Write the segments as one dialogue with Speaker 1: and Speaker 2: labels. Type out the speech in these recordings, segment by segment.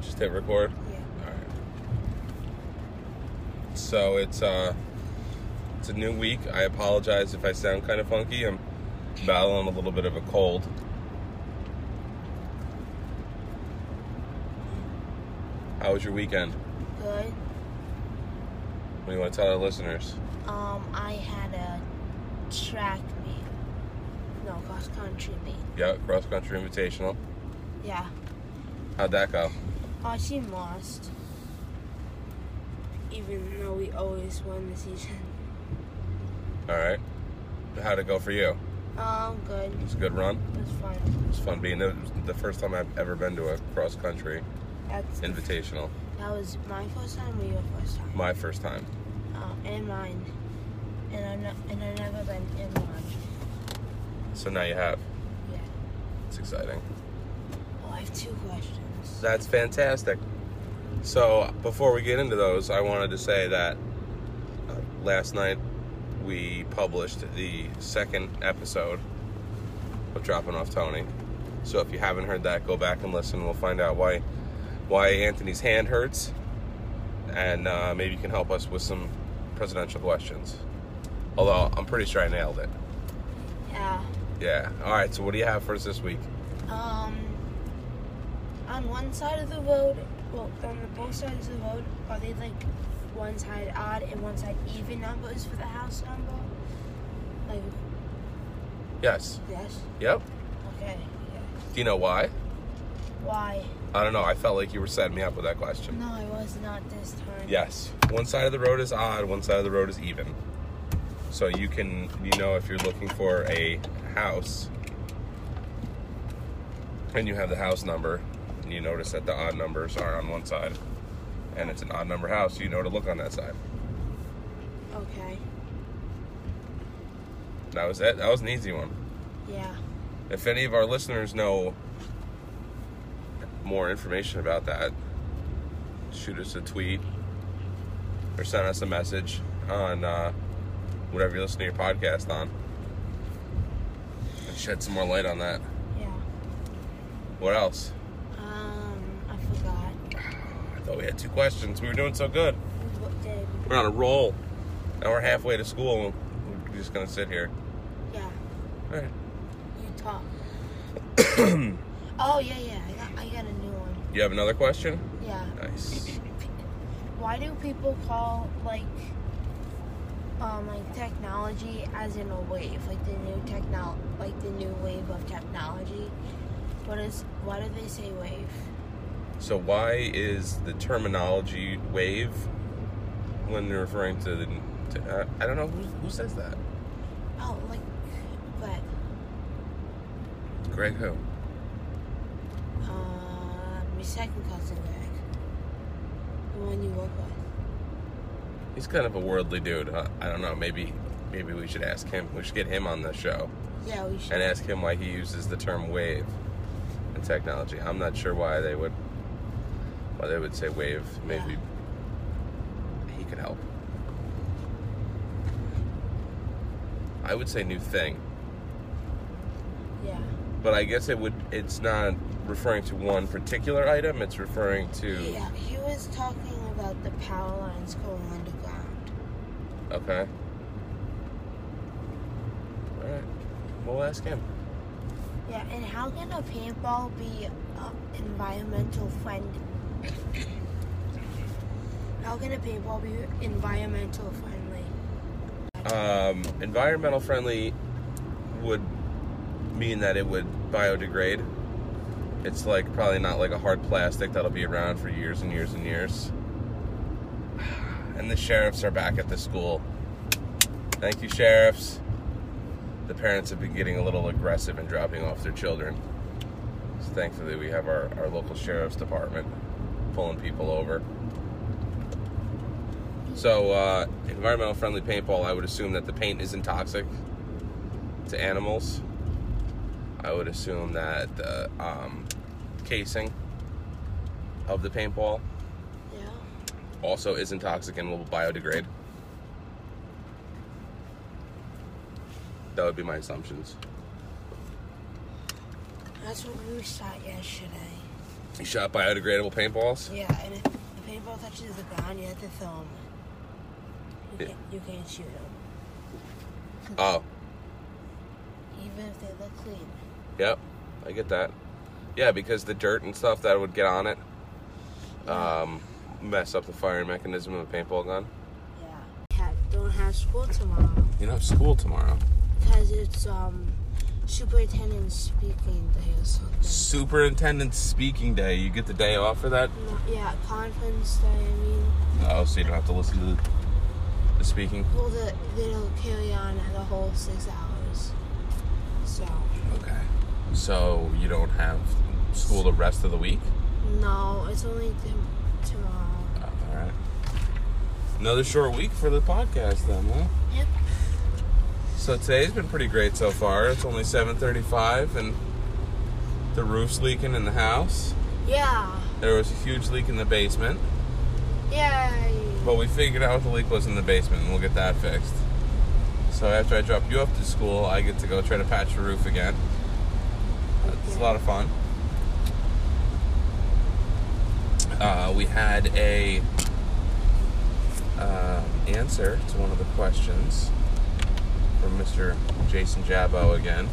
Speaker 1: Just hit record.
Speaker 2: Yeah.
Speaker 1: All right. So it's uh, it's a new week. I apologize if I sound kind of funky. I'm battling a little bit of a cold. How was your weekend?
Speaker 2: Good.
Speaker 1: What do you want to tell our listeners?
Speaker 2: Um, I had a track meet. No, cross country meet.
Speaker 1: Yeah, cross country invitational.
Speaker 2: Yeah.
Speaker 1: How'd that go?
Speaker 2: Oh, she lost. Even though we always won the season.
Speaker 1: All right. How'd it go for you?
Speaker 2: Um, good.
Speaker 1: It was a good run.
Speaker 2: It was fun.
Speaker 1: It was fun being there. It was the first time I've ever been to a cross country
Speaker 2: That's
Speaker 1: invitational.
Speaker 2: that was my first time or your first time.
Speaker 1: My first time.
Speaker 2: Uh, and mine. And I no, and I never been in one.
Speaker 1: So now you have.
Speaker 2: Yeah.
Speaker 1: It's exciting.
Speaker 2: Oh, I have two questions.
Speaker 1: That's fantastic. So before we get into those, I wanted to say that uh, last night we published the second episode of Dropping Off Tony. So if you haven't heard that, go back and listen. We'll find out why why Anthony's hand hurts, and uh, maybe you can help us with some presidential questions. Although I'm pretty sure I nailed it.
Speaker 2: Yeah.
Speaker 1: Yeah. All right. So what do you have for us this week?
Speaker 2: um, on one side of the road, well, on the both sides of the road, are they like one side odd and one side even numbers for the house number? Like,
Speaker 1: Yes.
Speaker 2: yes?
Speaker 1: Yep.
Speaker 2: Okay, yeah.
Speaker 1: Do you know why?
Speaker 2: Why?
Speaker 1: I don't know. I felt like you were setting me up with that question.
Speaker 2: No, I was not this time.
Speaker 1: Yes. One side of the road is odd, one side of the road is even. So you can, you know, if you're looking for a house and you have the house number, and you notice that the odd numbers are on one side and it's an odd number house, you know to look on that side.
Speaker 2: Okay,
Speaker 1: That was it. That was an easy one.
Speaker 2: yeah.
Speaker 1: If any of our listeners know more information about that, shoot us a tweet or send us a message on uh, whatever you listen to your podcast on. And shed some more light on that.
Speaker 2: Yeah.
Speaker 1: What else?
Speaker 2: Um, I forgot.
Speaker 1: I thought we had two questions. We were doing so good.
Speaker 2: We looked in.
Speaker 1: We're on a roll. Now we're halfway to school. We're just going to sit here.
Speaker 2: Yeah,
Speaker 1: All right.
Speaker 2: you talk. oh, yeah, yeah. I got, I got a new one.
Speaker 1: You have another question?
Speaker 2: Yeah.
Speaker 1: Nice.
Speaker 2: Why do people call like um like technology as in a wave, like the new technol like the new wave of technology? What is why do they say wave?
Speaker 1: So why is the terminology wave when they're referring to the? To, uh, I don't know who who says that.
Speaker 2: Oh, like but
Speaker 1: Greg who?
Speaker 2: um your second cousin Greg. The one you work with.
Speaker 1: He's kind of a worldly dude. Huh? I don't know. Maybe maybe we should ask him. We should get him on the show
Speaker 2: Yeah, we should
Speaker 1: and ask him why he uses the term wave in technology. I'm not sure why they would why they would say wave. Maybe he could help. I would say new thing.
Speaker 2: Yeah.
Speaker 1: But I guess it would. It's not referring to one particular item. It's referring to.
Speaker 2: Yeah, he was talking about the power lines going underground.
Speaker 1: Okay. All right. We'll ask him.
Speaker 2: Yeah, and how can a paintball be uh, environmental friendly? how can a paintball be environmental friendly?
Speaker 1: Um, environmental friendly would mean that it would biodegrade. It's like probably not like a hard plastic that'll be around for years and years and years. And the sheriffs are back at the school. Thank you, sheriffs. The parents have been getting a little aggressive in dropping off their children. So thankfully, we have our, our local sheriff's department pulling people over. So, uh, environmental friendly paintball, I would assume that the paint isn't toxic to animals. I would assume that the um, casing of the paintball
Speaker 2: Yeah.
Speaker 1: also isn't toxic and will biodegrade. That would be my assumptions.
Speaker 2: That's what we shot yesterday.
Speaker 1: You shot biodegradable paintballs?
Speaker 2: Yeah, and if the paintball touches the ground, you have to throw 'em. You,
Speaker 1: Yeah.
Speaker 2: can't, you can't shoot them,
Speaker 1: Oh,
Speaker 2: even if they look clean.
Speaker 1: yep. I get that. Yeah, because the dirt and stuff that would get on it um, mess up the firing mechanism of a paintball gun.
Speaker 2: Yeah. Have, don't have school tomorrow
Speaker 1: You don't have school tomorrow.
Speaker 2: because it's um superintendent speaking day or something.
Speaker 1: Superintendent speaking day. You get the day off for that?
Speaker 2: No, yeah, conference day. I mean,
Speaker 1: Oh, so you don't have to listen to the, the speaking?
Speaker 2: well, the, they'll carry on the whole six hours. So
Speaker 1: Okay. So you don't have school the rest of the week?
Speaker 2: no, it's only t- tomorrow.
Speaker 1: Oh, all right. Another short week for the podcast, then, huh?
Speaker 2: Yep.
Speaker 1: So today's been pretty great so far. It's only 7:35, and the roof's leaking in the house.
Speaker 2: Yeah.
Speaker 1: There was a huge leak in the basement,
Speaker 2: Yay.
Speaker 1: but we figured out what the leak was in the basement, and we'll get that fixed. So after I drop you off to school, I get to go try to patch the roof again. It's a lot of fun. Uh, we had a uh, answer to one of the questions from Mr. Jason Jabbo again.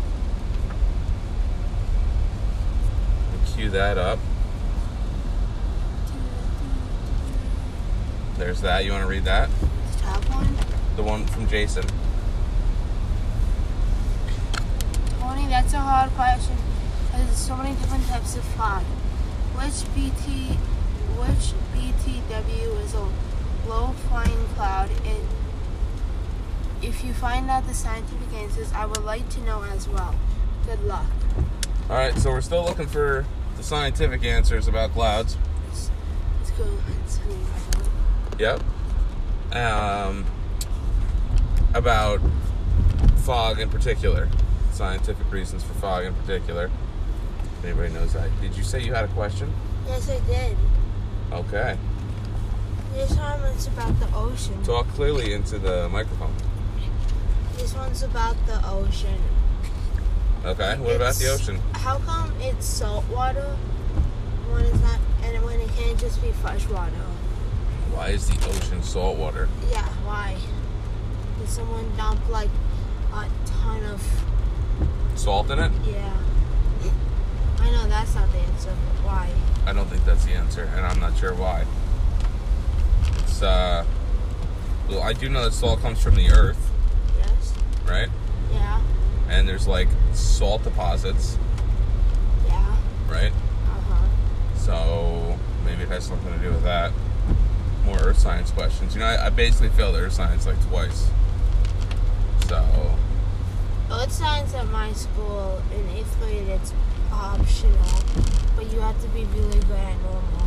Speaker 1: We Cue that up. There's that. You want to read that?
Speaker 2: The top one.
Speaker 1: The one from Jason.
Speaker 2: Tony, that's a hard question. 'cause There's so many different types of fog. Which BT, which BTW is a low flying cloud? And if you find out the scientific answers, I would like to know as well. Good luck.
Speaker 1: All right, so we're still looking for the scientific answers about clouds.
Speaker 2: It's, it's cool. It's funny. I don't know.
Speaker 1: Yep. Um, about fog in particular, scientific reasons for fog in particular. If anybody knows that. Did you say you had a question?
Speaker 2: Yes, I did.
Speaker 1: Okay.
Speaker 2: This one is about the ocean.
Speaker 1: Talk clearly into the microphone.
Speaker 2: This one's about the ocean.
Speaker 1: Okay. What about the
Speaker 2: It's-
Speaker 1: ocean?
Speaker 2: How come it's salt water when it's not, and when it can't just be fresh water?
Speaker 1: Why is the ocean salt water?
Speaker 2: Yeah, why? Did someone dump like a ton of?
Speaker 1: Salt in it?
Speaker 2: Yeah. I know that's not the answer, but why?
Speaker 1: I don't think that's the answer, and I'm not sure why. It's uh. Well, I do know that salt comes from the earth,
Speaker 2: Yes.
Speaker 1: right?
Speaker 2: Yeah.
Speaker 1: And there's like salt deposits,
Speaker 2: Yeah.
Speaker 1: right?
Speaker 2: Uh huh.
Speaker 1: So maybe it has something to do with that. More earth science questions. You know, I, I basically failed earth science like twice. So
Speaker 2: Earth science at my school in eighth grade it's optional, but you have to be really good at normal.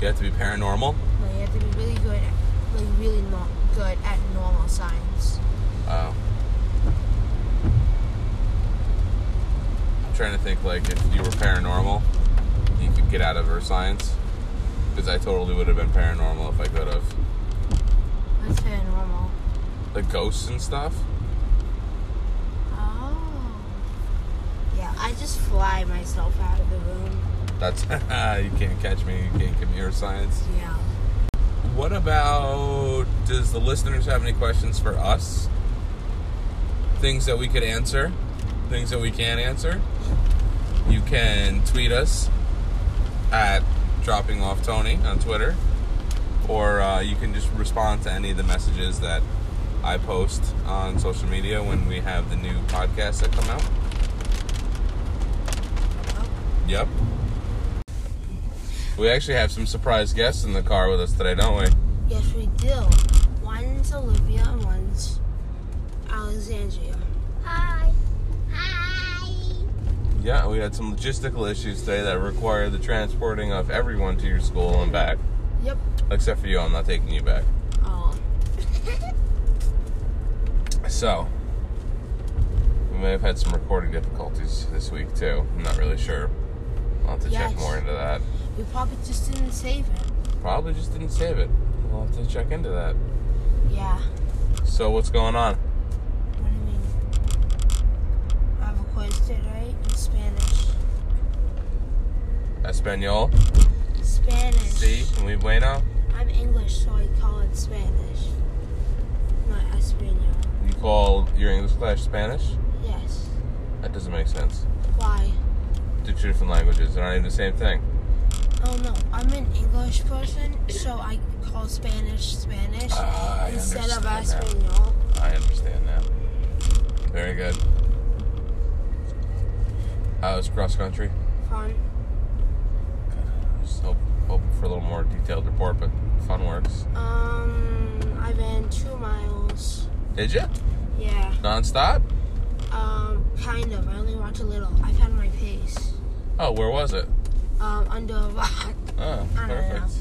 Speaker 1: you have to be paranormal.
Speaker 2: Like you have to be really good, at, like really not good at normal science.
Speaker 1: Oh. I'm trying to think like if you were paranormal, you could get out of earth science. Because I totally would have been paranormal if I could have.
Speaker 2: That's paranormal.
Speaker 1: The ghosts and stuff.
Speaker 2: Oh. Yeah, I just fly myself out of the room.
Speaker 1: That's you can't catch me. You can't give me earth science.
Speaker 2: Yeah.
Speaker 1: What about does the listeners have any questions for us? Things that we could answer, things that we can't answer. You can tweet us at dropping off Tony on Twitter, or uh, you can just respond to any of the messages that I post on social media when we have the new podcasts that come out.
Speaker 2: Oh.
Speaker 1: Yep. We actually have some surprise guests in the car with us today, don't we?
Speaker 2: Yes, we do. One's Olivia and one's Alexandria.
Speaker 3: Hi. Hi.
Speaker 1: Yeah, we had some logistical issues today that required the transporting of everyone to your school and back.
Speaker 2: Yep.
Speaker 1: Except for you, I'm not taking you back.
Speaker 2: Oh.
Speaker 1: So, we may have had some recording difficulties this week too. I'm not really sure. I'll have to
Speaker 2: Yes.
Speaker 1: check more into that.
Speaker 2: We probably just didn't save it.
Speaker 1: Probably just didn't save it. We'll have to check into that.
Speaker 2: Yeah.
Speaker 1: So, what's going on?
Speaker 2: What do you mean? I have a quiz today in Spanish.
Speaker 1: Espanol.
Speaker 2: Spanish.
Speaker 1: See, muy bueno.
Speaker 2: I'm English, so I call it Spanish. Not Espanol.
Speaker 1: You call your English class Spanish?
Speaker 2: Yes.
Speaker 1: That doesn't make sense.
Speaker 2: Why?
Speaker 1: They're two different languages. They're not even the same thing.
Speaker 2: Oh no, I'm an English person, so I call Spanish Spanish
Speaker 1: Ah, I
Speaker 2: instead
Speaker 1: understand
Speaker 2: of
Speaker 1: that.
Speaker 2: Espanol.
Speaker 1: I understand that. Very good. How was cross country?
Speaker 2: Fun.
Speaker 1: Good. I was hope, hoping for a little more detailed report, but fun works.
Speaker 2: Um, I ran two miles.
Speaker 1: Did you?
Speaker 2: Yeah.
Speaker 1: Non-stop?
Speaker 2: Um, kind of. I only walked a little. I found my pace.
Speaker 1: Oh, where was it?
Speaker 2: Um, under a rock.
Speaker 1: Oh,
Speaker 2: I don't
Speaker 1: perfect.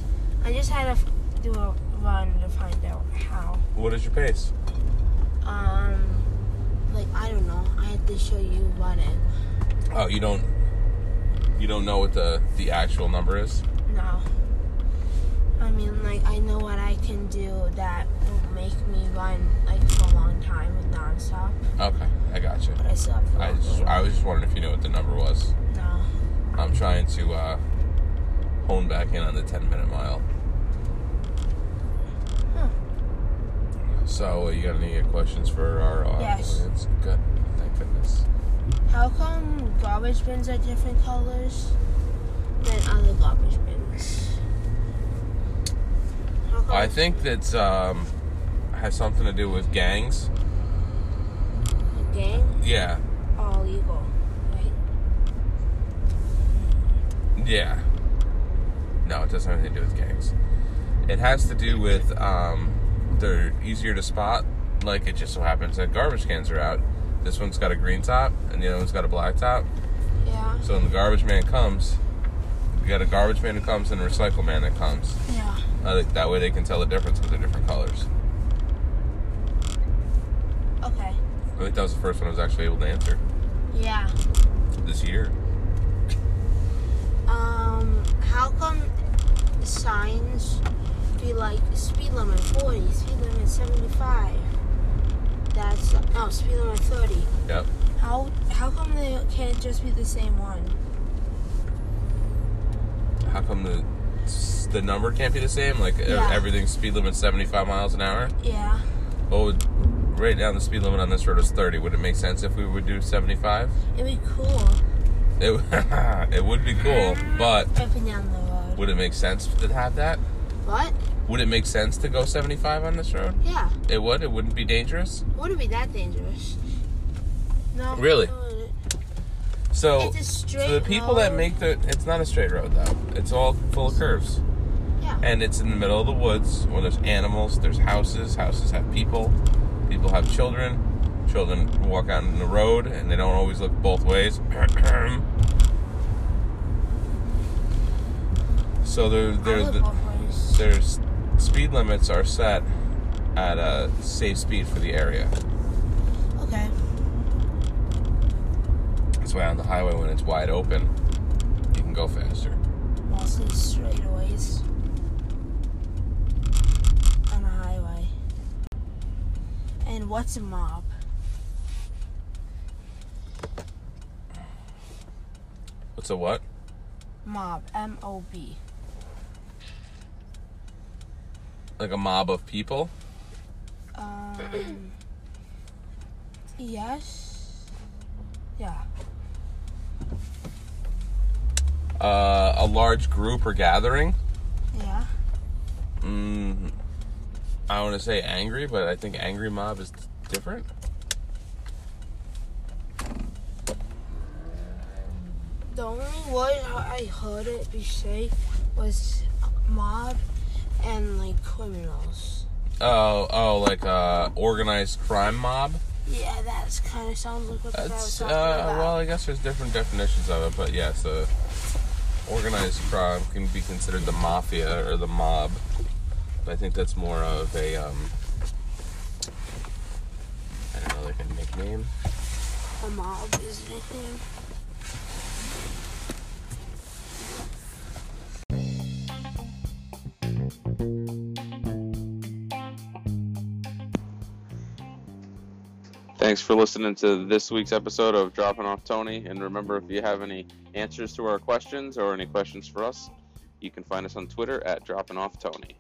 Speaker 2: I just had to f- do a run to find out how.
Speaker 1: What is your pace?
Speaker 2: Um, like I don't know. I had to show you running.
Speaker 1: Oh, you don't. You don't know what the the actual number is.
Speaker 2: No. I mean, like, I know what I can do that will make me run, like, for a long time with nonstop.
Speaker 1: Okay, I got you.
Speaker 2: But I still have to
Speaker 1: I
Speaker 2: walk
Speaker 1: just,
Speaker 2: a
Speaker 1: I was just wondering if you knew what the number was.
Speaker 2: little. No.
Speaker 1: I'm trying to uh, hone back in on the 10 minute mile.
Speaker 2: Huh.
Speaker 1: So, uh, you got any questions for our uh,
Speaker 2: Yes.
Speaker 1: audience? Good. Thank goodness.
Speaker 2: How come garbage bins are different colors than other garbage bins? How come?
Speaker 1: I think that's um, has something to do with gangs.
Speaker 2: the gang
Speaker 1: Yeah.
Speaker 2: are illegal, right?
Speaker 1: Yeah. No, it doesn't have anything to do with gangs. It has to do with um, they're easier to spot. Like it just so happens that garbage cans are out. This one's got a green top, and the other one's got a black top.
Speaker 2: Yeah.
Speaker 1: So when the garbage man comes, you got a garbage man that comes and a recycle man that comes.
Speaker 2: Yeah.
Speaker 1: I think that way they can tell the difference because they're different colors.
Speaker 2: Okay.
Speaker 1: I think that was the first one I was actually able to answer
Speaker 2: Yeah.
Speaker 1: this year.
Speaker 2: Um, how come signs be like speed limit 40, speed limit 75? That's oh, speed limit 30.
Speaker 1: Yep.
Speaker 2: How how come they can't just be the same one?
Speaker 1: How come the the number can't be the same? Like e-
Speaker 2: Yeah.
Speaker 1: everything's speed limit 75 miles an hour.
Speaker 2: Yeah.
Speaker 1: Well, would- right now the speed limit on this road is 30. Would it make sense if we would do 75?
Speaker 2: It'd be cool.
Speaker 1: It w- it would be cool, but
Speaker 2: Up and down the road.
Speaker 1: would it make sense to have that?
Speaker 2: What?
Speaker 1: Would it make sense to go 75 on this road?
Speaker 2: Yeah.
Speaker 1: It would. It wouldn't be dangerous.
Speaker 2: Wouldn't be that dangerous. No.
Speaker 1: Really?
Speaker 2: it wouldn't.
Speaker 1: So,
Speaker 2: It's
Speaker 1: so the
Speaker 2: a straight
Speaker 1: people that
Speaker 2: road.
Speaker 1: make the it's not a straight road though. It's all full of curves,
Speaker 2: Yeah.
Speaker 1: and it's in the middle of the woods where there's animals, there's houses. Houses have people. People have children. Children walk out in the road, and they don't always look both ways. so there,
Speaker 2: I
Speaker 1: there's
Speaker 2: would
Speaker 1: the,
Speaker 2: both ways.
Speaker 1: there's speed limits are set at a safe speed for the area.
Speaker 2: Okay.
Speaker 1: That's why on the highway when it's wide open, you can go faster.
Speaker 2: mostly straightaways on a highway. And what's a mob?
Speaker 1: What's a what?
Speaker 2: Mob, M O B.
Speaker 1: like a mob of people.
Speaker 2: Um, yes. Yeah.
Speaker 1: Uh, a large group or gathering.
Speaker 2: Yeah.
Speaker 1: Mm, I want to say angry, but I think angry mob is different.
Speaker 2: The only word I heard it be say was mob and like criminals.
Speaker 1: Oh, oh, like uh, organized crime mob.
Speaker 2: Yeah, that's kind of sounds like what I was
Speaker 1: That's uh,
Speaker 2: talking about.
Speaker 1: well, I guess there's different definitions of it, but yes, uh, organized crime can be considered the mafia or the mob. But I think that's more of a um, I don't know, like a nickname.
Speaker 2: a mob is a nickname.
Speaker 1: Thanks for listening to this week's episode of Dropping Off Tony. And remember, if you have any answers to our questions or any questions for us, you can find us on Twitter at Dropping Off Tony.